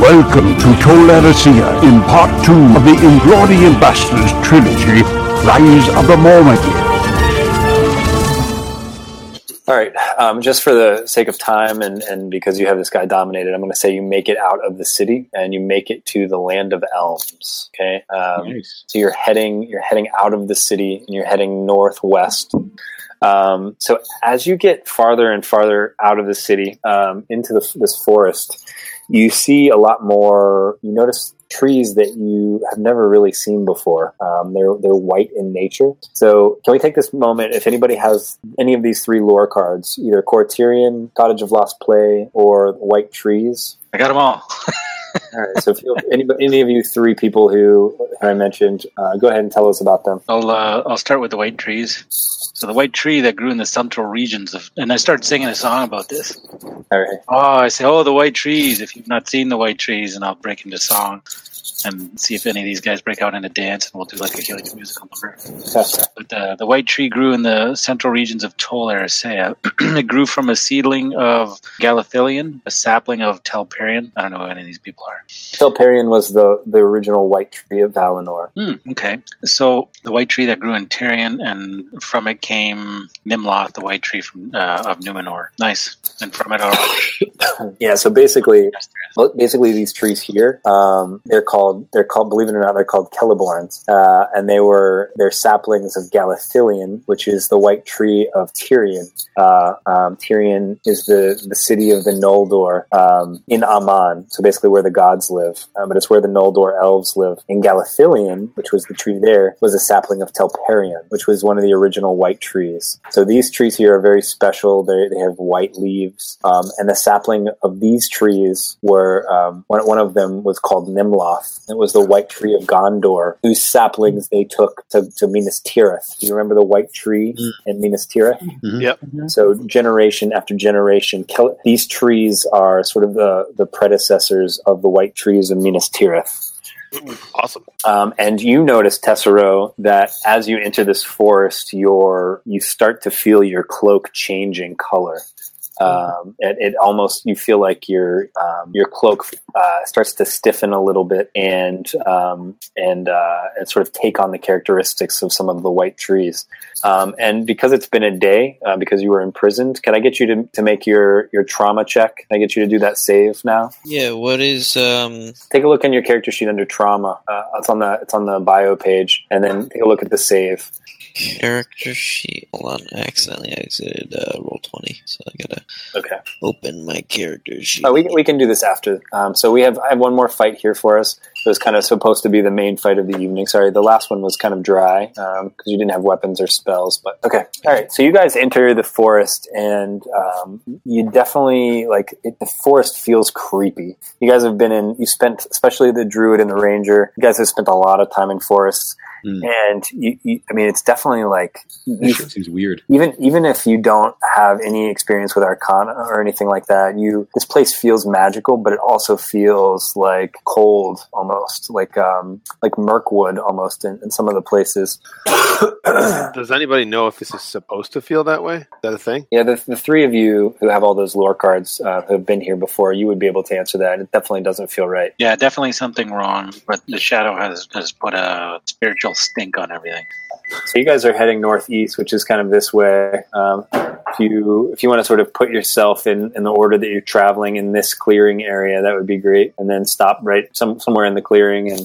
Welcome to Tolerancia in part two of the Inglorious Bastards trilogy, Rise of the Mormagir. All right. Um, just for the sake of time and, and because you have this guy dominated, I'm going to say you make it out of the city and you make it to the land of elms. Okay. Um, Nice. So you're heading you're heading out of the city and you're heading northwest. Um, so as you get farther and farther out of the city um, into the, this forest, you see a lot more. You notice trees that you have never really seen before. Um, they're they're white in nature. So can we take this moment? If anybody has any of these three lore cards, either Corterian, Cottage of Lost Play, or White Trees, I got them all. all right. So, if you, any, any of you three people who, who I mentioned, uh, go ahead and tell us about them. I'll uh, I'll start with the white trees. So the white tree that grew in the central regions of, and I started singing a song about this. All right. Oh, I say, oh, the white trees. If you've not seen the white trees, and I'll break into song, and see if any of these guys break out into dance, and we'll do like a Helium musical number. Tessa. But uh, the white tree grew in the central regions of Tol Eressëa. it grew from a seedling of Galathilion, a sapling of Telperion. I don't know who any of these people are. Telperion was the, the original white tree of Valinor. Hmm, okay. So the white tree that grew in Tirion, and from it came Nimloth, the white tree from uh, of Numenor. Nice. And from it, uh, all Yeah. So basically, well, basically these trees here, um, they're called they're called believe it or not they're called Celeborns, uh, and they were they're saplings of Galathilion, which is the white tree of Tyrion. Uh, um, Tyrion is the the city of the Noldor um, in Aman, so basically where the gods live, um, but it's where the Noldor elves live. And Galathilion, which was the tree there, was a sapling of Telperion, which was one of the original white trees. So these trees here are very special. They, they have white leaves, um, and the sapling of these trees were um, one, one of them was called Nimloth. It was the white tree of Gondor, whose saplings they took to, to Minas Tirith. Do you remember the white tree in Minas Tirith? Yep. So generation after generation, Kel- these trees are sort of the, the predecessors of the white trees of Minas Tirith. Awesome. Um, and you notice, Tessero, that as you enter this forest, your you start to feel your cloak changing color. Um, it, it almost you feel like your um, your cloak uh, starts to stiffen a little bit and um, and uh, and sort of take on the characteristics of some of the white trees. Um, and because it's been a day, uh, because you were imprisoned, can I get you to, to make your your trauma check? Can I get you to do that save now? Yeah, what is um take a look in your character sheet under trauma. Uh, it's on the it's on the bio page, and then take a look at the save. character sheet? Hold on, I accidentally exited uh, roll twenty, so I gotta Okay. open my character sheet. Oh, we we can do this after. Um, so we have I have one more fight here for us. It was kind of supposed to be the main fight of the evening. Sorry, the last one was kind of dry because you didn't have weapons or spells. But okay, all right. So you guys enter the forest, and um, you definitely like it, the forest feels creepy. You guys have been in. You spent, especially the druid and the ranger. You guys have spent a lot of time in forests. Mm. And you, you, I mean, it's definitely like That you shit seems weird. even even if you don't have any experience with arcana or anything like that you this place feels magical but it also feels like cold almost like um like mirkwood almost in, in some of the places Does anybody know if this is supposed to feel that way? Is that a thing? yeah the, the three of you who have all those lore cards uh, who have been here before you would be able to answer that it definitely doesn't feel right Yeah, definitely something wrong. But the shadow has has put a spiritual stink on everything. so you guys are heading northeast which is kind of this way um, if you if you want to sort of put yourself in in the order that you're traveling in this clearing area that would be great and then stop right some somewhere in the clearing and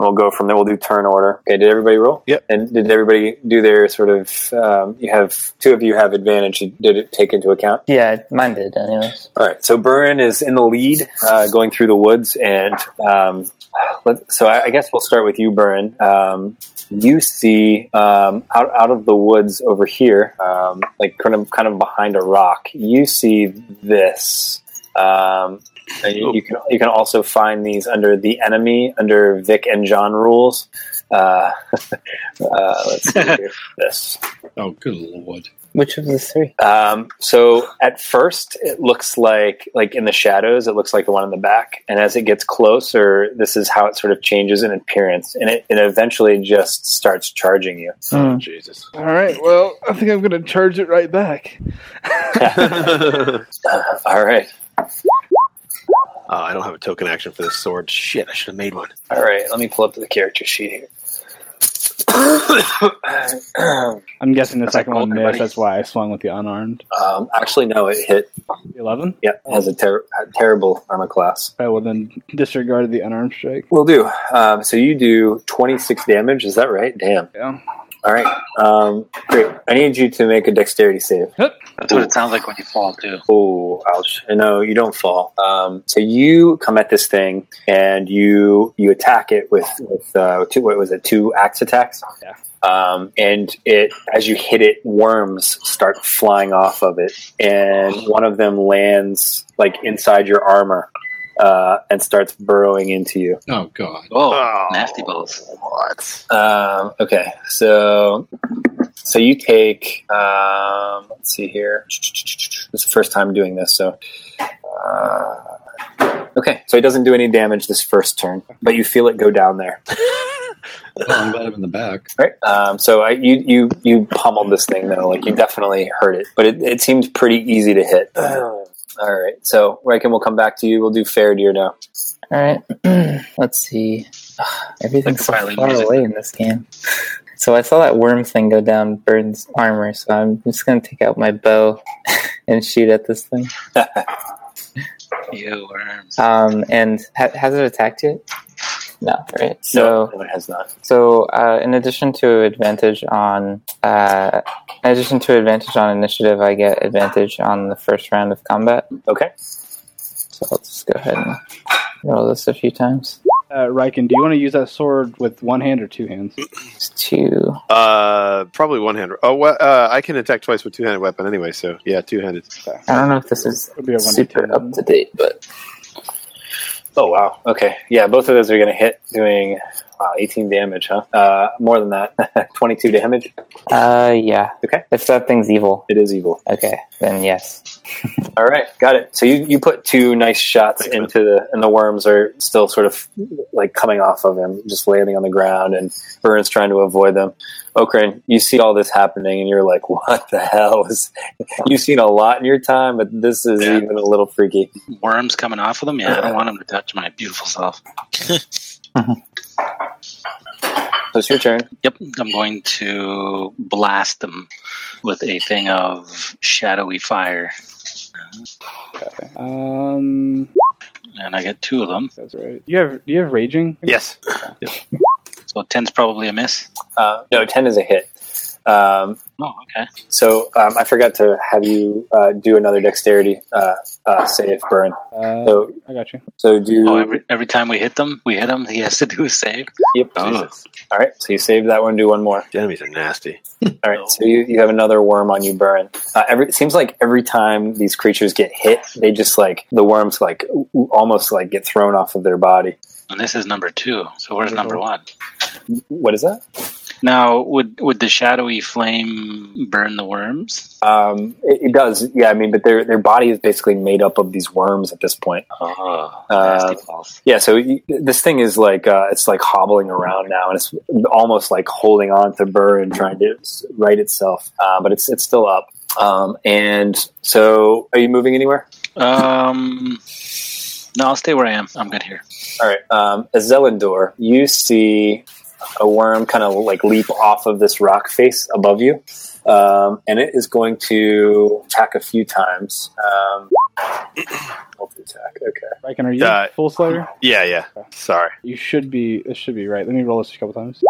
we'll go from there we'll do turn order okay did everybody roll Yep. and did everybody do their sort of um, you have two of you have advantage did it take into account Yeah, mine did, anyways. all right, so Burren is in the lead, uh, going through the woods, and um, let, so I, I guess we'll start with you, Burren. Um, you see um, out out of the woods over here, um, like kind of kind of behind a rock. You see this. Um, and you, you can you can also find these under the enemy under Vic and John rules. Uh, uh, let's see here. this. Oh, good lord. Which of the three? Um, so at first, it looks like like in the shadows, it looks like the one in the back, and as it gets closer, this is how it sort of changes in appearance, and it, it eventually just starts charging you. Oh, Jesus. All right. Well, I think I'm going to charge it right back. oh, All right, I don't have a token action for this sword. Shit, I should have made one. all right. Let me pull up the character sheet here. I'm guessing the That's like second one golden missed. money. That's why I swung with the unarmed. um, actually, no, it hit. 11? Yeah, it has a, ter- a terrible armor class. I will then disregard the unarmed strike. Will do. Um, so you do 26 damage. Is that right? Damn. Yeah. All right. Um, great. I need you to make a dexterity save. That's what it sounds like when you fall too. Oh, ouch! No, you don't fall. Um, so you come at this thing and you you attack it with with uh, two. What was it? Two axe attacks. Yeah. Um, and it as you hit it, worms start flying off of it, and one of them lands like inside your armor uh, and starts burrowing into you. Oh, God. Oh, Oh. nasty balls. What? Um, okay, so so you take. Um, let's see here. It's the first time doing this, so. Uh, okay, so it doesn't do any damage this first turn, but you feel it go down there. Well, I'm glad I'm in the back. Right. Um, so I, you you you pummeled this thing though, like you definitely hurt it, but it, it seemed pretty easy to hit. All right, so Riken, we'll come back to you. We'll do fair deer now. All right. Let's see. Ugh, Everything's so Like filing far music. away in this game. So I saw that worm thing go down Bird's armor, so I'm just gonna take out my bow and shoot at this thing. You worms. Um, and ha- has it attacked yet? No, right. So no, it has not. So, uh, in addition to advantage on, uh, in addition to advantage on initiative, I get advantage on the first round of combat. Okay. So I'll just go ahead and roll this a few times. Uh, Riken, do you want to use that sword with one hand or two hands? It's two. Uh, probably one handed. Oh, well, uh, I can attack twice with two handed weapon anyway. So yeah, two handed. I don't know if this is It'll be a one super to up to date, but Oh wow. Okay. Yeah, both of those are going to hit, doing wow, 18 damage, huh? Uh, more than that, 22 damage. uh, yeah. Okay. If that thing's evil, It is evil. okay, then yes. All right, got it. So you, you put two nice shots Thanks, man. into the, and the worms are still sort of like coming off of him, just landing on the ground, and Vern's trying to avoid them. Okran, you see all this happening, and you're like, "What the hell is?" You've seen a lot in your time, but this is Yeah. even a little freaky. Worms coming off of them? Yeah, I don't want them to touch my beautiful self. So it's your turn. Yep, I'm going to blast them with a thing of shadowy fire. date. Um, And I get two of them. that's right. You have do you have raging? Yes. So 10's probably a miss. Uh, no, ten is a hit. Um, Oh, okay. So um, I forgot to have you uh, do another dexterity uh, uh, save, burn. Uh, So I got you. so do Oh, every, every time we hit them, we hit him, he has to do a save. yep. Oh, All right. So you save that one. Do one more. The enemies are nasty. All right. So you, you have another worm on you, burn. Uh, every it seems like every time these creatures get hit, they just like the worms like w- w- almost like get thrown off of their body. and this is number two. So where's number Uh-huh. one? What is that? Now, would would the shadowy flame burn the worms? Um, it, it does. Yeah. I mean, but their their body is basically made up of these worms at this point. Oh, Uh, nasty balls. Yeah, so y- this thing is like uh, it's like hobbling around now, and it's almost like holding on to Burr and trying to s- right itself, uh, but it's it's still up. Um, and so, are you moving anywhere? Um, no, I'll stay where I am. I'm good here. All right, um, as Zelindor, you see a worm kind of like leap off of this rock face above you, um, and it is going to attack a few times. Um, multi attack, okay. Riken, are you Uh, full slayer? Yeah, yeah. Sorry. You should be. This should be right. Let me roll this a couple times.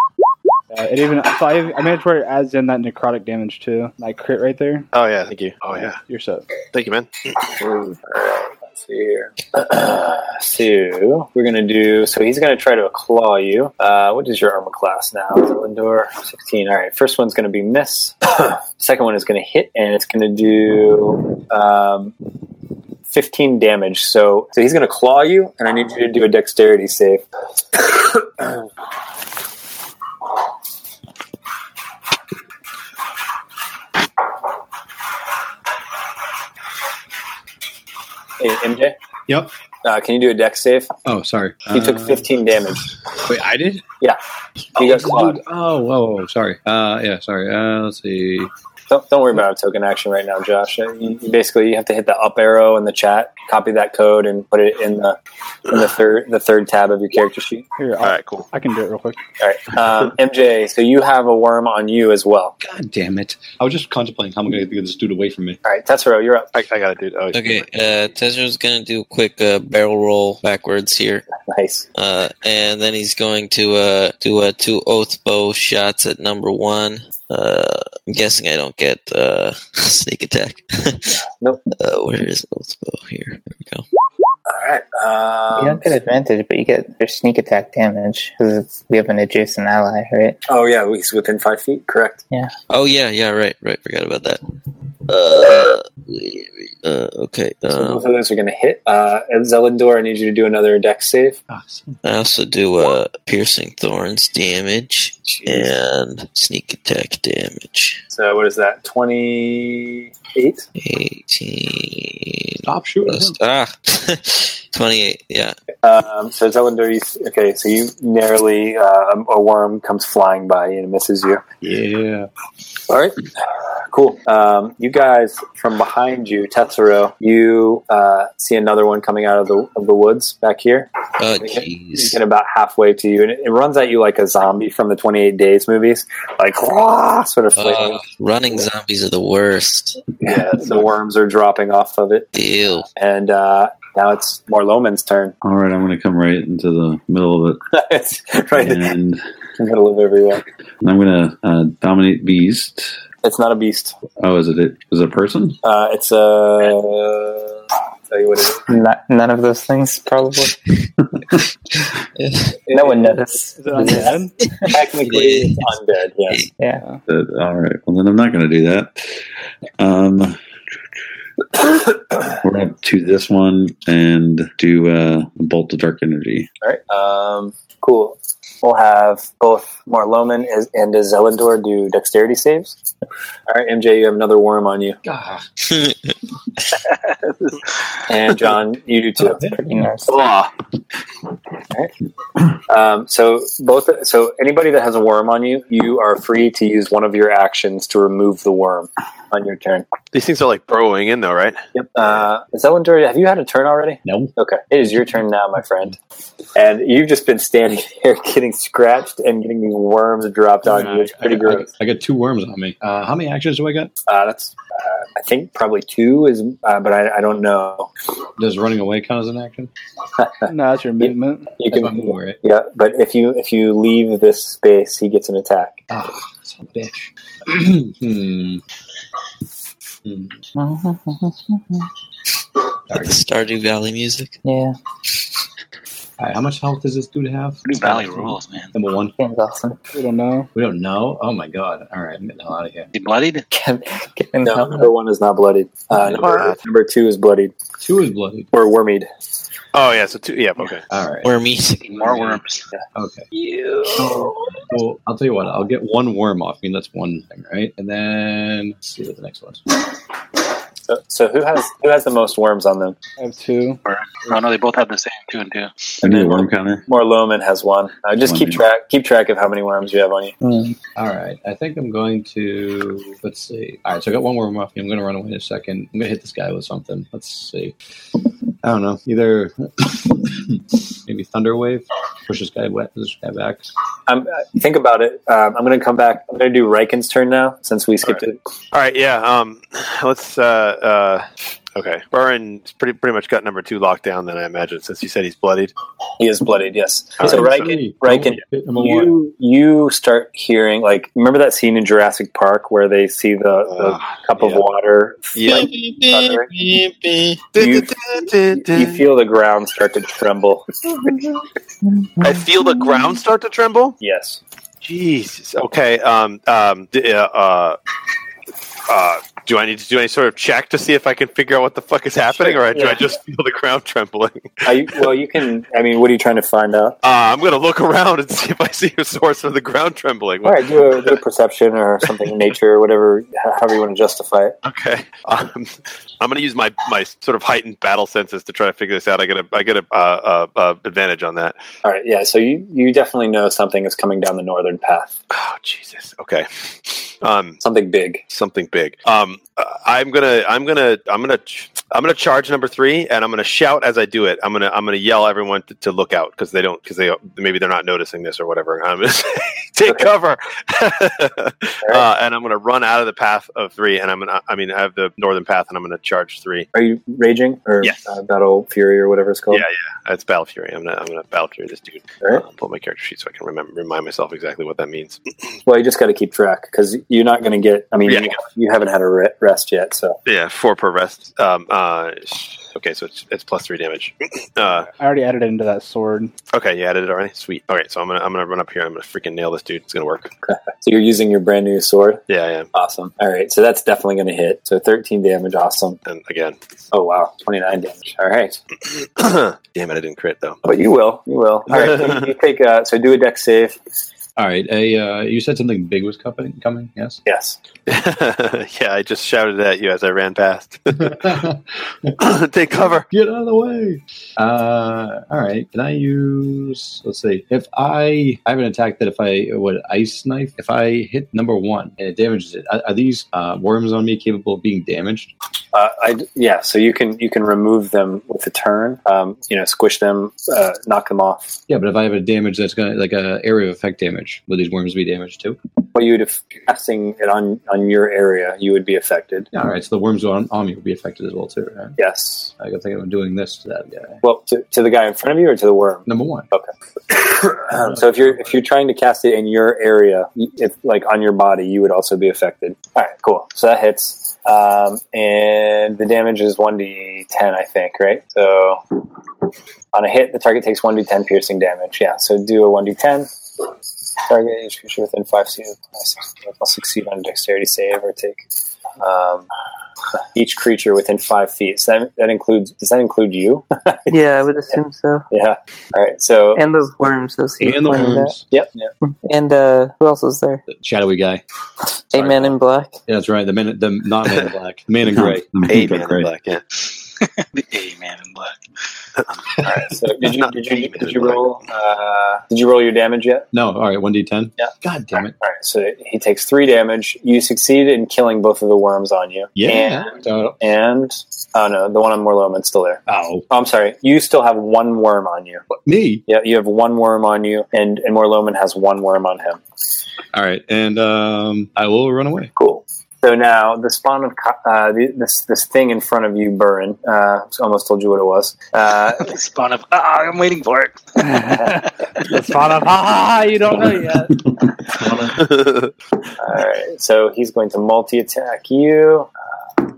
Uh, it even so I, I made it to where it adds in that necrotic damage too. Like crit right there. Oh yeah. Thank you. Oh yeah. You're set. Thank you, man. All right, let's see here. so we're gonna do. So he's gonna try to claw you. Uh, what is your armor class now? Is it Lindor? Sixteen. All right. First one's gonna be miss. Second one is gonna hit, and it's gonna do um, 15 damage. So, so he's going to claw you, and I need you to do a dexterity save. Hey, MJ, Yep. uh, can you do a dex save? Oh, sorry. He took Uh, 15 damage. Wait, I did. He got clawed. Oh, oh, whoa, whoa, sorry. Uh, yeah, sorry. Uh, let's see. Don't, don't worry about a token action right now, Josh. Uh, You, you basically, you have to hit the up arrow in the chat, copy that code, and put it in the in the third the third tab of your character sheet. Here, I'll, All right, cool. I can do it real quick. All right, um, MJ. So you have a worm on you as well. God damn it! I was just contemplating how I'm going to get this dude away from me. All right, Tetsuro, you're up. I, I got it, dude. Oh, Okay, uh, Tezra's gonna do a quick uh, barrel roll backwards here, Nice. uh, and then he's going to uh, do uh, two oath bow shots at number one. Uh, I'm guessing I don't get uh, sneak attack. Nope. Uh, where is oath bow? Here, there we go. All right. you Um, don't get advantage, but you get their sneak attack damage because we have an adjacent ally, right? oh yeah, he's within five feet. Correct. Oh yeah, yeah, right, right. Forgot about that. Uh, uh okay. So Um, both of those are going to hit. Uh, and Zelindor, I need you to do another dex save. Ah, son- I also do uh, piercing thorns damage and sneak attack damage. So what is that? Twenty-eight. 18 Stop shooting. plus, him. ah 28 yeah Um, so Zelindor, you, okay. So you narrowly uh, a worm comes flying by you and misses you. Yeah. All right, cool. Um, you guys from behind you, Tetsuro, you uh, see another one coming out of the of the woods back here. oh You jeez get about halfway to you, and it, it runs at you like a zombie from the Twenty Eight Days movies, like "Rah!" sort of. flailing. uh, running zombies are the worst yeah, the worms are dropping off of it, deal and uh, now it's Morloman's turn. All right, I'm going to come right into the middle of it's it, right in and the middle of everyone. I'm going to uh, dominate beast. It's not a beast. Oh, is it? It was a person. Uh, it's a. Tell you what it is. Not, none of those things, probably. no one noticed. Is it on your head? Technically, it's undead. Yes. But, all right. Well, then I'm not going to do that. Um, we're up to this one and do uh, a bolt of dark energy. All right. Um, cool. We'll have both Marloman as- and Zelindor do dexterity saves. All right, MJ, you have another worm on you. And John, you do too. Pretty nice. Um, so both. So anybody that has a worm on you, you are free to use one of your actions to remove the worm on your turn. These things are like burrowing in, though, right? Yep. Uh, Zelindor, have you had a turn already? No. Okay, it is your turn now, my friend. And you've just been standing there getting scratched and getting these worms dropped on you. It's I, pretty I- gross. I got two worms on me. Uh, how many actions do I got? Uh, that's uh, I think probably two is, uh, but I, I don't know. Does running away count as an action? no, that's your movement. You If I'm can, more, right? yeah, but if you if you leave this space, he gets an attack. Ah, son of a bitch. hmm. Hmm. the stardew valley music yeah, All right, how much health does this dude have? Stardew Valley rules, man. Number one. game's awesome. We don't know. We don't know. Oh my god. All right, I'm getting out of here. Is he bloodied? Get, get in No, the number one is not bloodied. Uh, number, number two is bloodied Two is bloody. or wormied. Oh yeah, so two. Yeah, okay. All right. or meat More worms. Okay. Well, I'll tell you what. I'll get one worm off me. That's one thing, right? And then let's see what the next one. is. So, so who has who has the most worms on them? I have two. Oh no, they both have the same two and two. I need a worm counter. Morloman has one. Uh, just One, keep yeah. track keep track of how many worms you have on you. Mm. All right. I think I'm going to let's see. All right. So I got one worm off me. I'm going to run away in a second. I'm going to hit this guy with something. Let's see. I don't know. Either maybe thunder wave. Push this guy wet. Push this guy back. Um, uh, think about it. Um, I'm going to come back. I'm going to do Riken's turn now since we skipped it. All right, yeah. Um, let's. Uh, uh, okay, Burren's pretty pretty much got number two locked down. Then I imagine, since you said he's bloodied. He is bloodied. Yes. All so right, Oh, Riken, Riken, I'm alive. you you start hearing like remember that scene in Jurassic Park where they see the, the Ah, cup of yeah. water like, thundering? you, you feel the ground start to tremble I feel the ground start to tremble. yes Jesus. Okay. Um. Um. d- Uh. uh, Uh. Do I need to do any sort of check to see if I can figure out what the fuck is happening, or do Yeah. I just feel the ground trembling? Are you, well, you can. I mean, what are you trying to find out? Uh, I'm gonna look around and see if I see a source of the ground trembling. All right, do a, do a perception or something in nature, whatever, however you want to justify it. Okay, um, I'm gonna use my, my sort of heightened battle senses to try to figure this out. I get a I get a uh, uh, uh, advantage on that. All right, yeah. So you you definitely know something is coming down the northern path. Oh Jesus! Okay, um, Something big. something big. Um, I- I'm gonna I'm gonna I'm gonna ch- I'm gonna charge number three, and I'm gonna shout as I do it. I'm gonna I'm gonna yell everyone to, to look out because they don't because they maybe they're not noticing this or whatever. I'm gonna say, take cover, uh, and I'm gonna run out of the path of three, and I'm gonna I mean I have the northern path, and I'm gonna charge three. Are you raging or Yes. uh, battle fury or whatever it's called? Yeah, yeah, it's battle fury. I'm gonna I'm gonna battle fury this dude. All right. Uh, pull my character sheet so I can remember remind myself exactly what that means. Well, you just got to keep track because you're not going to get. I mean, Yeah. you, you haven't had a re- rest yet, so Yeah, four per rest. Um, uh, okay, so it's it's plus three damage. Uh, I already added it into that sword. Okay, you added it already. Sweet. All right, so I'm gonna I'm gonna run up here. I'm gonna freaking nail this dude. It's gonna work. so you're using your brand new sword. Yeah, I am. Awesome. All right, so that's definitely going to hit. So 13 damage. Awesome. And again, Oh wow, 29 damage. All right. damn it, I didn't crit though. But you will. You will. All right. so you, you take. Uh, so do a deck save. All right. A, uh, you said something big was coming. Coming. Yes. Yes. yeah, I just shouted at you as I ran past. Take cover. Get out of the way. Uh, all right. Can I use? Let's see. If I I have an attack that if I what ice knife. If I hit number one and it damages it, are, are these uh, worms on me capable of being damaged? Uh, I, yeah. So you can you can remove them with a turn. Um, you know, squish them, uh, knock them off. Yeah, but if I have a damage that's gonna like a area of effect damage, would these worms be damaged too? Well, you would have casting it on on your area. You would be affected. Yeah, all right. So the worms on, on me would be affected as well too. Right? Yes. I think I'm doing this to that guy. Well, to, to the guy in front of you or to the worm. Number one. Um, so if you're if you're trying to cast it in your area, if like on your body, you would also be affected. All right, cool. So that hits, um, and the damage is one d ten, I think, right? So on a hit, the target takes one d ten piercing damage. Yeah. So do a one d ten. Target each creature within five feet of the six must succeed on a dexterity save or take. Um, each creature within five feet. So that, that includes. Does that include you? Yeah, I would assume so. yeah. All right. So. And those worms. Those And the pointed worms. Yep. yep. out. And uh, who else was there? The shadowy guy. A man in black. Yeah, that's right. The man, the not man in black, man in gray. Hey, Hey, man, in black. Yeah. the A man in black. So did you Not did you, demon, did you right? roll uh, did you roll your damage yet? No, all right, one d ten. Yeah. God damn it. All right, so he takes three damage. You succeed in killing both of the worms on you. Yeah. Oh, And, and oh no, the one on Morloman's still there. ow. Oh, I'm sorry, you still have one worm on you. me. Yeah, you have one worm on you, and and Morloman has one worm on him. All right, and um, I will run away. Cool. So now the spawn of co- uh, the, this this thing in front of you, Burren. Uh, almost told you what it was. Uh, The spawn of ah, I'm waiting for it. The spawn of ha ha ha, Ah, you don't know yet. All right, so he's going to multi attack you. Uh,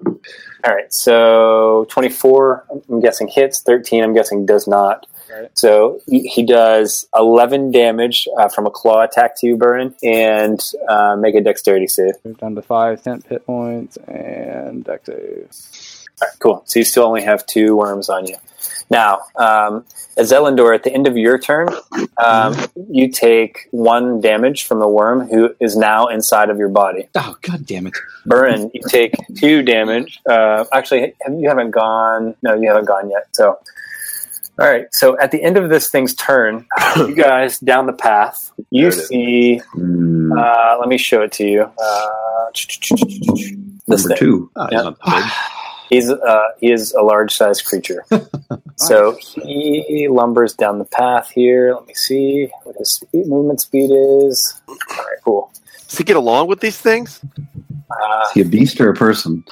all right, so 24, I'm guessing hits, 13, I'm guessing does not. Right. So he, he does 11 damage uh, from a claw attack to you, Burren, and uh, make a dexterity save. Move down to five, ten hit points, and dex save. All right, cool. So you still only have two worms on you. Now, um, as Elendor, at the end of your turn, um, you take one damage from the worm who is now inside of your body. Oh, god damn it. Burren, you take two damage. Uh, actually, have- you haven't gone. No, you haven't gone yet. So, all right. So at the end of this thing's turn, you guys down the path, you There it is. see. Mm, Uh, let me show it to you. Uh, this number thing. two. Oh, Yeah. he's not big. He's uh, he is a large sized creature. so he lumbers down the path here. Let me see what his speed, movement speed is. All right, cool. Does he get along with these things? Uh, Is he a beast or a person?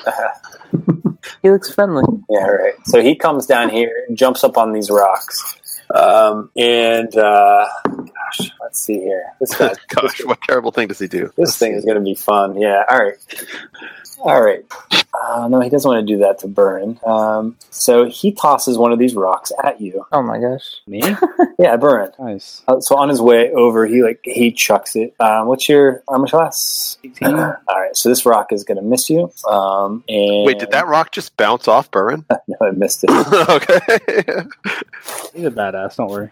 He looks friendly. Yeah, right. So he comes down here and jumps up on these rocks. Um, and uh, gosh, let's see here. This guy, Gosh, what terrible thing does he do? this thing is going to be fun. Yeah. All right. All right. Uh, no, he doesn't want to do that to Burn. Um, so he tosses one of these rocks at you. Oh my gosh. Me? Yeah, Burn. Nice. Uh, so on his way over, he like he chucks it. Um, what's your armor class? 18. All right. So this rock is gonna miss you. Um, and Wait, did that rock just bounce off Burren? No, it missed it. okay. He's a badass. Don't worry.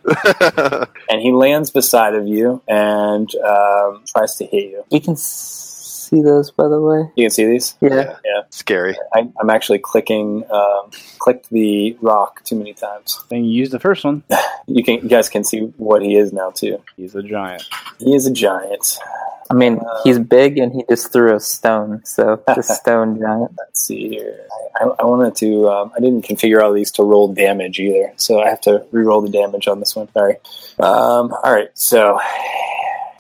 and he lands beside of you and um, tries to hit you. You can s- see those, by the way. You can see these. Yeah. Scary. I, I'm actually clicking, um, clicked the rock too many times. Then you use the first one. You can, you guys can see what he is now too. He's a giant. He is a giant. I mean, Uh, he's big and he just threw a stone, so the stone giant. Let's see here. I, I, I wanted to. Um, I didn't configure all these to roll damage either, so I have to re-roll the damage on this one. Sorry. Um, all right. So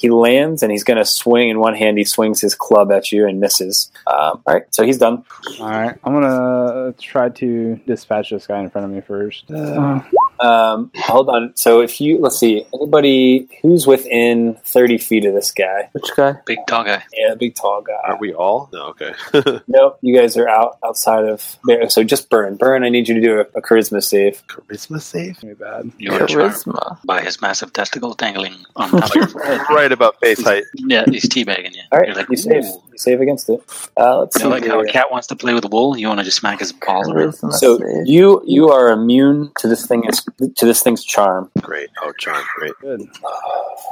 he lands and he's going to swing in one hand. He swings his club at you and misses. Um, all right. So he's done. All right. I'm gonna try to dispatch this guy in front of me first. Uh, Um, hold on. So if you let's see anybody who's within thirty feet of this guy, Which guy? Big dog guy. yeah, big tall guy. Are we all? No, okay. Nope, you guys are out outside of there. So just burn, burn. I need you to do a, a charisma save. Charisma save? pretty bad. You're charmed Charisma. by his massive testicle dangling on top of your forehead. Right about face height. Yeah, he's teabagging you. All right, You're like, you save. "Ooh." You save against it. Uh, let's You see. know, like how a here. cat wants to play with wool. You want to just smack his balls around. Charisma So save. you you are immune to this thing to this thing's charm. Great. Oh, charm. Great. Good.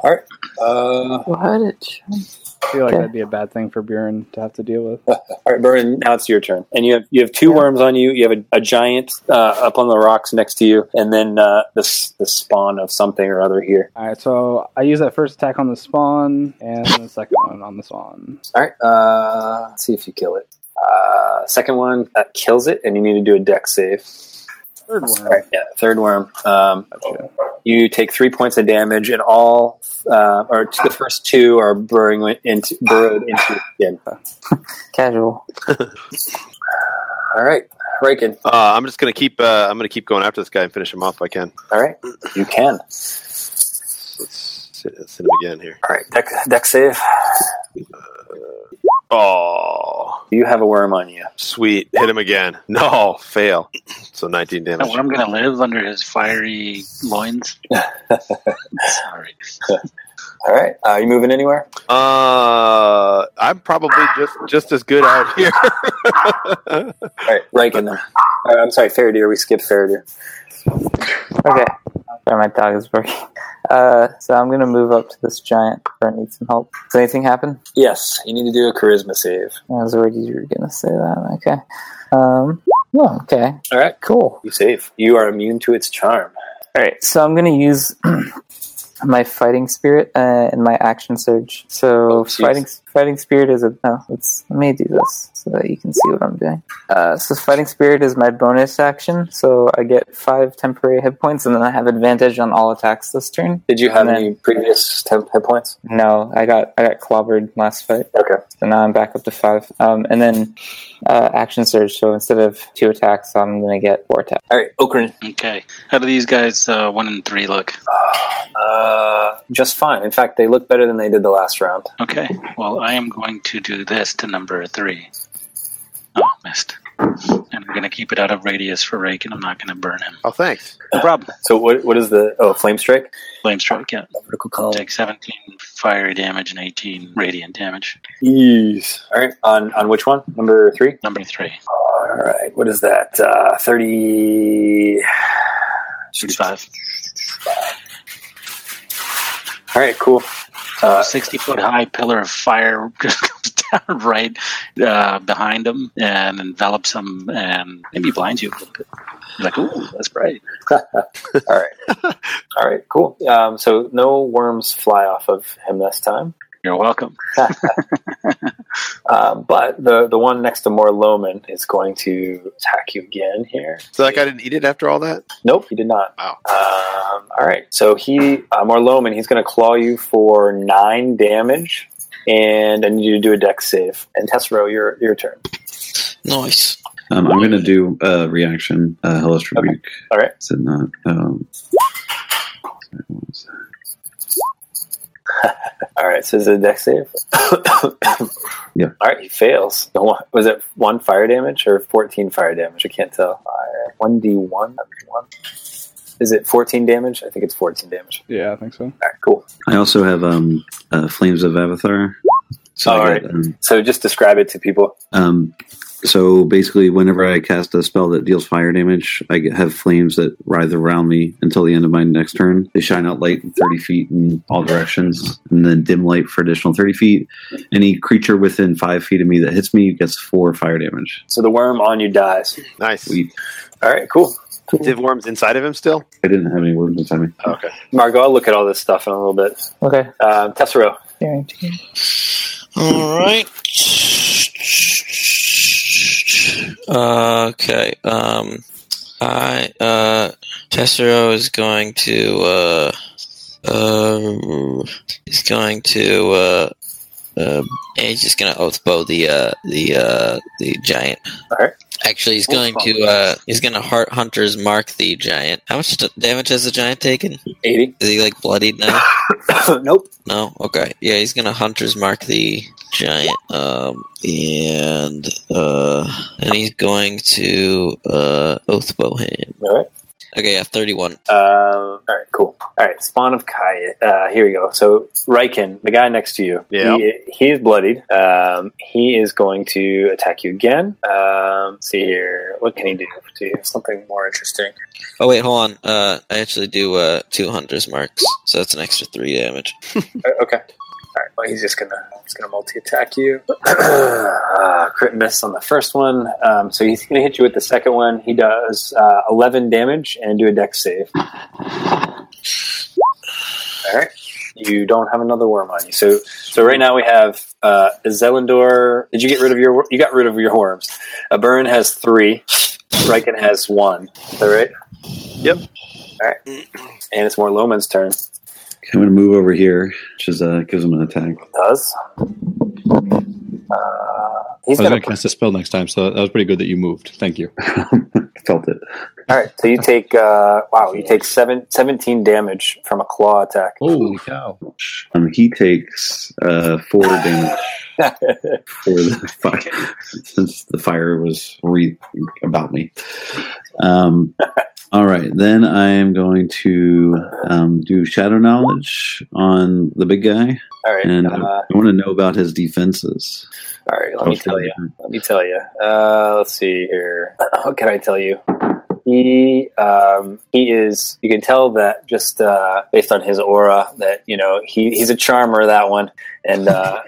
All right. Uh, Why did you? I feel like Okay. that'd be a bad thing for Buren to have to deal with. all right, Burn. Now it's your turn, and you have you have two worms on you. You have a, a giant uh, up on the rocks next to you, and then uh, this the spawn of something or other here. All right. So I use that first attack on the spawn and the second one on the spawn. All right. Uh, let's see if you kill it. Uh, second one uh, kills it, and you need to do a deck save. Third All one. right, yeah, third worm. Um, Gotcha. you take three points of damage, and all uh, or t- the first two are burrowing into burrowed into your skin. Casual. All right, Raken. Uh, I'm just gonna keep. Uh, I'm gonna keep going after this guy and finish him off if I can. All right, you can. Let's sit, let's hit him again here. All right, deck, deck save. Oh, You have a worm on you. sweet! Hit him again. No, fail. So 19 damage. Where I'm gonna live under his fiery loins. Sorry. All right, uh, you moving anywhere? Uh, I'm probably just just as good out here. All right, Raken. Then. All right, I'm sorry, Faradir. We skipped Faradir. Okay. Sorry, my dog is barking. Uh, so I'm gonna move up to this giant. I need some help. Does anything happen? Yes, you need to do a charisma save. I was worried you were gonna say that. Okay. Um. oh, okay. All right, Cool. you save. You are immune to its charm. All right, so I'm going to use my fighting spirit uh, and my action surge. So Oh, jeez. fighting fighting spirit is a no. Let's let me do this so that you can see what I'm doing. Uh, so fighting spirit is my bonus action. So I get five temporary hit points, and then I have advantage on all attacks this turn. Did you have Man. any previous temp hit points? No, I got I got clobbered last fight, Okay. so now I'm back up to five. Um, and then uh, action surge. So instead of two attacks, I'm going to get four attacks. All right, Okrin. Okay. How do these guys uh, one and three look? Uh, just fine. In fact, they look better than they did the last round. Okay. Well, I am going to do this to number three. Oh, missed. And I'm going to keep it out of radius for Rake, and I'm not going to burn him. oh, thanks. No problem. So what? What is the oh flame strike? Flame strike, yeah. Vertical column. Take 17 fiery damage and 18 radiant damage. Yes. All right. On on which one? Number three. Number three. All right. What is that? Uh, Thirty. 65. All right. Cool. Uh, 60 foot high pillar of fire just comes down right uh, behind him and envelops him and maybe blinds you a little bit. You're like, ooh, that's bright. all right. all right. Cool. Um, so no worms fly off of him this time. You're welcome. Um, but the the one next to Morloman is going to attack you again here. So that guy didn't eat it after all that. Nope, he did not. Wow. Um, all right. So he, uh, Marloman, he's going to claw you for nine damage, and I need you to do a deck save. And Tessero, your your turn. Nice. Um, I'm going to do a reaction, uh, Hellish Rebuke. All right. Is it not? Um, what was that? All right. So is it a deck save? Yeah. All right, he fails. The one- Was it one fire damage or fourteen fire damage? I can't tell. Fire one d one. Is it fourteen damage? I think it's fourteen damage. Yeah, I think so. All right, cool. I also have um, uh, Flames of Avatar. So I All right. got, um, So just describe it to people. Um, so basically, whenever I cast a spell that deals fire damage, I get- have flames that writhe around me until the end of my next turn. They shine out light 30 feet in all directions, and then dim light for additional 30 feet. Any creature within five feet of me that hits me gets four fire damage. So the worm on you dies. Nice. Sweet. All right, cool. Div worms inside of him still. I didn't have any words inside me. Okay. Margot, I'll look at all this stuff in a little bit. Okay. Um, Tessero. Guaranteed. All right. Okay. Um, I uh, Tessero is going to uh, uh, is going to uh, uh, he's just going to oath bow the uh, the uh, the giant. All right. Actually, he's going to uh, he's going to heart hunters mark the giant. How much d- damage has the giant taken? Eighty. Is he like bloodied now? nope. No. Okay. Yeah, he's gonna hunters mark the giant, um, and uh, and he's going to uh, oathbow him. All right. Okay. Yeah, thirty-one. Um, all right, cool. All right, spawn of Kai. Uh, here we go. So Riken, the guy next to you, Yeah. he, he is bloodied. Um, he is going to attack you again. Um, let's see here, what can he do to you? Something more interesting. Oh wait, hold on. Uh, I actually do uh, two hunters marks, so that's an extra three damage. Uh, okay. All right. Well, he's just gonna he's gonna multi attack you. uh, crit miss on the first one. Um, so he's gonna hit you with the second one. He does uh, eleven damage and do a dex save. All right. You don't have another worm on you. So so right now we have uh, Zelindor. Did you get rid of your wor- you got rid of your worms? A burn has three. Riken has one. Is that right? Yep. All right. And it's more Loman's turn. I'm going to move over here, which is uh, gives him an attack. does. Uh, he's I was gonna. going to cast a spell next time, so that was pretty good that you moved. Thank you. I felt it. All right, so you take uh, wow, you take seven, 17 damage from a claw attack. Holy cow. Um, he takes uh, four damage All for the fire, since the fire was re- about me. Um, all right, then I am going to um, do shadow knowledge on the big guy, right, and I, uh, want to know about his defenses. all right. Let me tell you. Let me tell you. Uh, let's see here. What can I tell you? He um, he is. You can tell that just uh, based on his aura that you know he, he's a charmer. That one, and uh,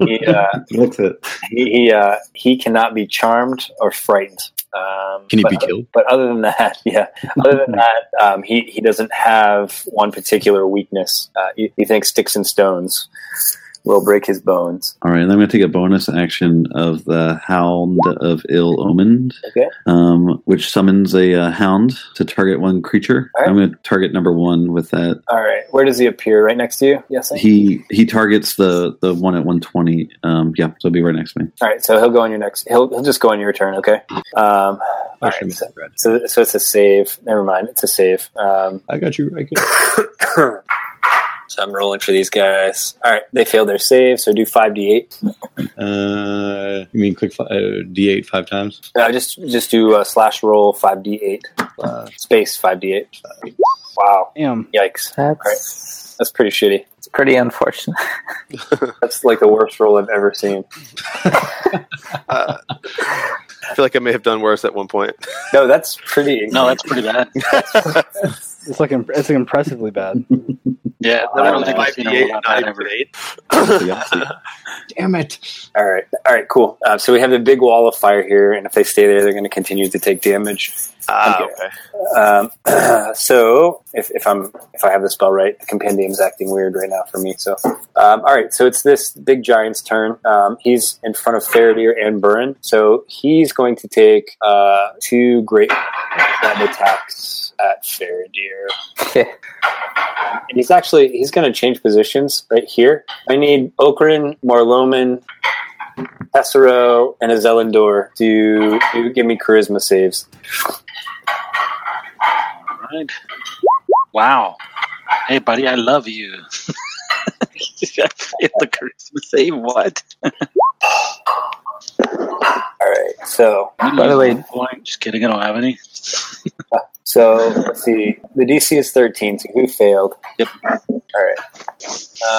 he, uh, Looks it. he he uh, he cannot be charmed or frightened. Um, Can he but be killed? but other than that, yeah, other than that, um, he he doesn't have one particular weakness. Uh, he, he thinks sticks and stones will break his bones. All right, and I'm going to take a bonus action of the Hound of Ill Omen, Okay. um, which summons a uh, hound to target one creature. All right. I'm going to target number one with that. All right, where does he appear? Right next to you? Yes. I- He he targets the the one at 120. Um, yeah, so he'll be right next to me. All right, so he'll go on your next. He'll he'll just go on your turn. Okay. Um, all I should right, miss so, that red. so so it's a save. Never mind, it's a save. Um, I got you. I got so I'm rolling for these guys. All right, they failed their save, so do five d eight. Uh, you mean click fi- uh, D8 five times? Uh, just just do uh, slash roll five d eight space five d eight. Wow! Damn. Yikes! That's That's pretty shitty. it's pretty unfortunate. That's like the worst roll I've ever seen. Uh, I feel like I may have done worse at one point. No, that's pretty. No, that's pretty bad. It's like imp- it's like impressively bad. Yeah, I don't think I've seen a lot of that ever. Damn it. all right. All right. Cool. Uh, so we have the big wall of fire here, and if they stay there, they're going to continue to take damage. Ah, Okay. okay. Um, so if, if I'm if I have the spell right, the compendium's acting weird right now for me. So um, all right, so it's this big giant's turn. Um, he's in front of Faradir and Burren, so he's going to take uh, two great stab attacks at Faradir. Okay. And he's actually he's going to change positions right here. I need Okrin, Marloman, Tessero, and Azelindor to, to give me charisma saves. All right. Wow. Hey, buddy, I love you. I failed the charisma save. What? All right. So, by the way, Point. Just kidding. I don't have any. so let's see. The DC is 13, so who failed? Yep. All right.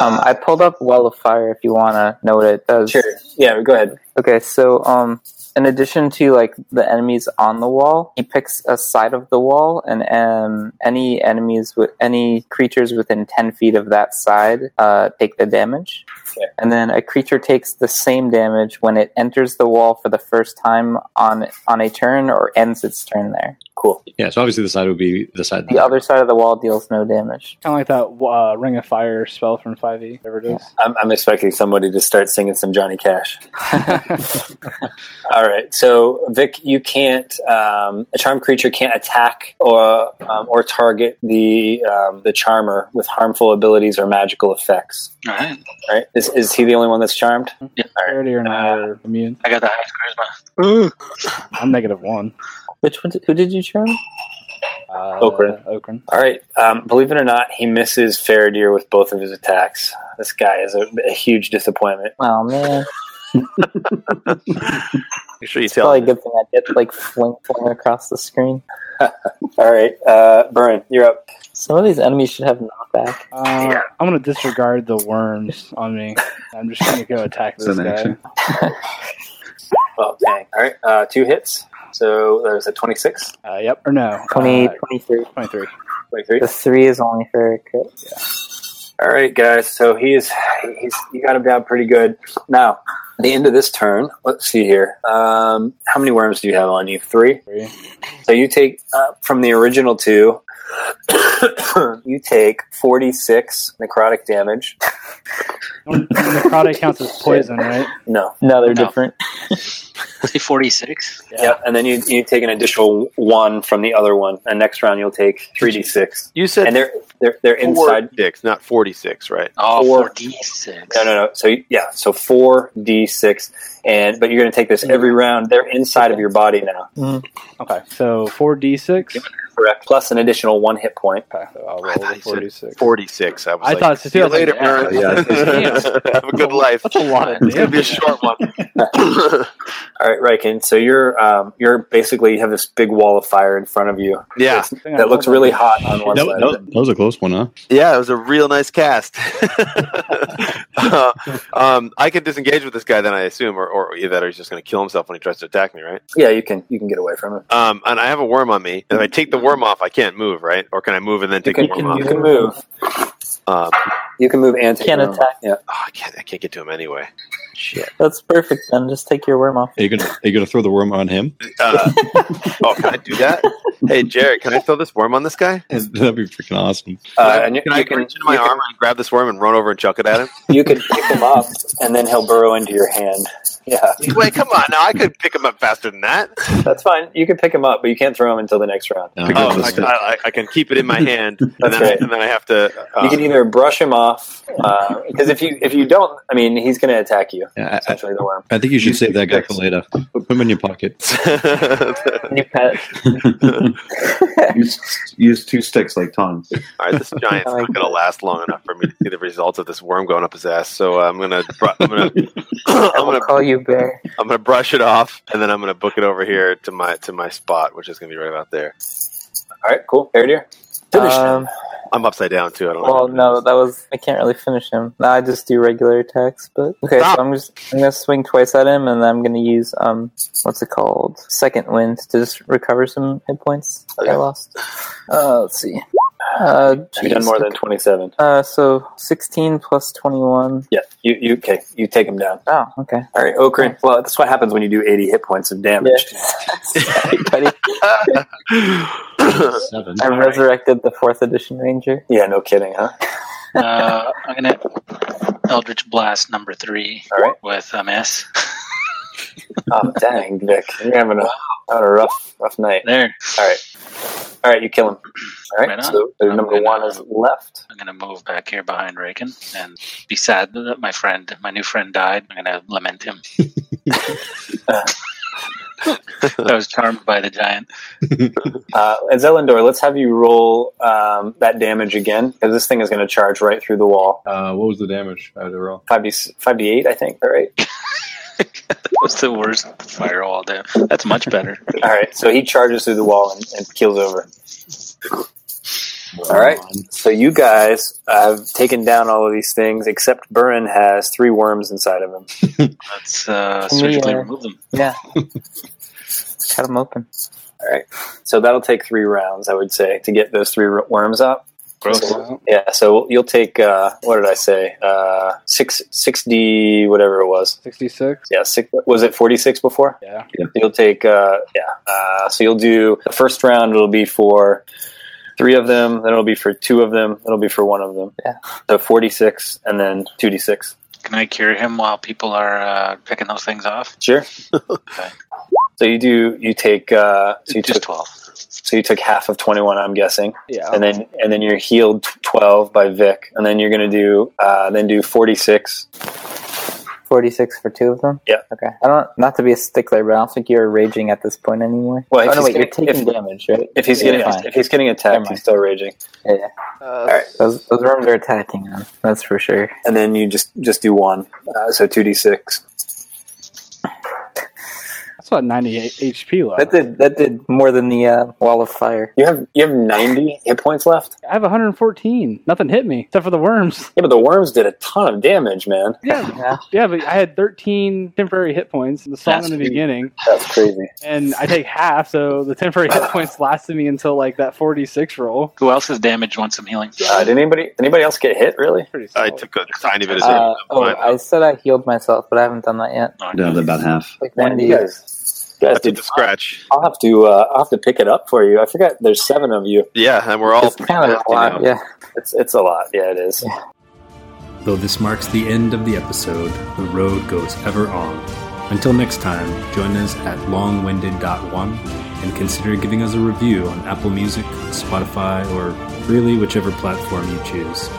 Um, I pulled up Well of Fire if you want to know what it does. Sure. Yeah, go ahead. Okay, so um, in addition to like the enemies on the wall, he picks a side of the wall, and um, any enemies with any creatures within ten feet of that side uh, take the damage. Okay. And then a creature takes the same damage when it enters the wall for the first time on on a turn or ends its turn there. Cool. Yeah, so obviously the side would be the side. The other side of the wall deals no damage. Kind of like that uh, Ring of Fire spell from 5e, whatever it is. I'm, I'm expecting somebody to start singing some Johnny Cash. All right. So, Vic, you can't. Um, a charmed creature can't attack or um, or target the um, the charmer with harmful abilities or magical effects. All right. All right. Is, is he the only one that's charmed? Parity or not, or immune. I got the highest charisma. I'm negative one. Which one? Who did you charm? Uh, Okran. Okran. All right. Um, believe it or not, he misses Faradir with both of his attacks. This guy is a, a huge disappointment. Oh man, Make sure you it's tell. probably a him. good thing I did like fling fling across the screen. All right, uh, Burn, you're up. Some of these enemies should have knockback. Uh, I'm gonna disregard the worms on me. I'm just gonna go attack It's this an guy. action. Oh, dang. All right, uh, two hits. So that was a 26, Uh, yep or no? 20, Uh, 23. 23. 23. The three is only for a crit. All right, guys. So he's he's you got him down pretty good. Now, at the end of this turn, let's see here. Um, how many worms do you have on you? Three. Three. So you take uh, from the original two. you take 46 necrotic damage. Necrotic counts as poison, right? No. No, they're No. different. Was he 46? Yeah. And then you, you take an additional one from the other one. And next round you'll take 3d6. You said And they're they're, they're inside. six, not forty-six, right? Oh, Four. 46. No, no, no. So yeah, so 4d6 and but you're going to take this every round. They're inside of your body now. Okay, so 4d6. Correct. Plus an additional one hit point. Okay, so I'll roll I thought the you said 46. Forty-six. I was. I like, thought it's see you just- later, yeah. Burn. Yeah. Have a good life. That's a lot of It's gonna be a damage. short one. All right, Riken. So you're um, you're basically you have this big wall of fire in front of you yeah, I think I that looks rolled really that. hot on one That, side. that- that was a close one, huh? yeah, it was a real nice cast. Uh, um, I could disengage with this guy, then I assume, or, or either that, or he's just going to kill himself when he tries to attack me, right? Yeah, you can you can get away from it. Um, and I have a worm on me. And if I take the worm off, I can't move, right? Or can I move and then You take can, the worm you off? can move. Um, You can move and take Can't the room. attack. Yeah. oh, I can't. I can't get to him anyway. Shit. That's perfect then. Just take your worm off. Are you gonna are you gonna throw the worm on him? Uh, oh, can I do that? Hey, Jared, can I throw this worm on this guy? That'd be freaking awesome. Uh, and you, can I you can reach into my you can- armor and grab this worm and run over and chuck it at him? You can pick him up, and then he'll burrow into your hand. Yeah, Wait, come on! Now I could pick him up faster than that. that's fine. You can pick him up, but you can't throw him until the next round. Uh, Pick Oh, up I, the- I, I can keep it in my hand, and That's then, I, right. and then I have to. Uh, You can either brush him off, because if you if you don't, I mean, he's going to attack you. yeah, I, I- Essentially, the worm. I think you should save that guy for later. Put him in your pocket. You pet. use, use two sticks like tongs. All right, this giant's I like not going to last long enough for me to see the results of this worm going up his ass. So uh, I'm going to, I'm going to, I I'm will going to, call you bear. I'm going to brush it off, and then I'm going to book it over here to my to my spot, which is going to be right about there. All right, cool. Fair dear. Finish him. Um, I'm upside down too. I don't. well, know. no, that was I can't really finish him. Now I just do regular attacks. But okay, Ah. Stop. so I'm just I'm gonna swing twice at him, and then I'm gonna use um what's it called second wind to just recover some hit points that I Okay. lost. Uh, let's see. Uh, You've done jeez. more than twenty-seven. Uh, so 16 plus 21. Yeah, you, you okay? You take him down. Oh, okay. All right, Okrin. Well, that's what happens when you do eighty hit points of damage. Sorry, buddy. Seven. I All right. resurrected the fourth edition ranger. Yeah, no kidding, huh? Uh, I'm going to Eldritch Blast number three All right. with MS. Oh, dang, Vic, you're having a, having a rough, rough night. there. All right, all right, you kill him. All right, Right on. so the I'm number gonna- one is left. I'm going to move back here behind Raken and be sad that my friend, my new friend, died. I'm going to lament him. I was charmed by the giant. Uh, and Zelindor, let's have you roll um, that damage again because this thing is going to charge right through the wall. Uh, what was the damage I had to roll? Five d five d eight, I think. All right. was the worst firewall down. That's much better. All right, so he charges through the wall and, and keels over. All right, so you guys have taken down all of these things, except Burin has three worms inside of him. Let's uh, Can we, surgically uh, remove them. Yeah. Cut them open. All right, so that'll take three rounds, I would say, to get those three wor- worms up. Gross. So- yeah, so you'll take uh, what did I say? Uh, six sixty, whatever it was. 66? Yeah, six, was it forty six before? Yeah. You'll take uh, yeah. Uh, so you'll do the first round. It'll be for three of them. Then it'll be for two of them. It'll be for one of them. Yeah. So forty six, and then two d six. Can I cure him while people are uh, picking those things off? Sure. So you do. You take. Uh, so you Just took. twelve. So you took half of twenty one. I'm guessing. Yeah. and then and then you're healed t- 12 by Vic, and then you're gonna do uh, then do 46. 46 for two of them? Yeah. Okay. I don't, not to be a stickler, but I don't think you're raging at this point anymore. Well, if oh, no, he's wait, you're getting- taking if- damage, right? If he's Yeah, getting fine. if he's getting Never attacked, mind. he's still raging. Yeah, yeah. Uh, Those, those worms are attacking him, that's for sure. And then you just just do one, uh, so 2d6. That's about 98 HP left. That did that did more than the uh, wall of fire. You have you have 90 hit points left. I have 114. Nothing hit me except for the worms. Yeah, but the worms did a ton of damage, man. Yeah, Yeah. yeah, but I had 13 temporary hit points in the song in the beginning, That's crazy. and I take half, so the temporary hit points lasted me until like that 46 roll. Who else is damaged wants some healing? Uh, did anybody anybody else get hit? Really? Pretty I solid. took a tiny bit of damage. Uh, oh, Mine- I said I healed myself, but I haven't done that yet. No, down to about half. Like Man, one you D8. guys, you guys I took did. the scratch. I'll have to uh, I'll have to pick it up for you. I forgot there's seven of you. Yeah, and we're all It's kind of a lot, yeah. It's it's a lot. Yeah, it is. Though this marks the end of the episode, the road goes ever on. Until next time, join us at longwinded.one and consider giving us a review on Apple Music, Spotify, or really whichever platform you choose.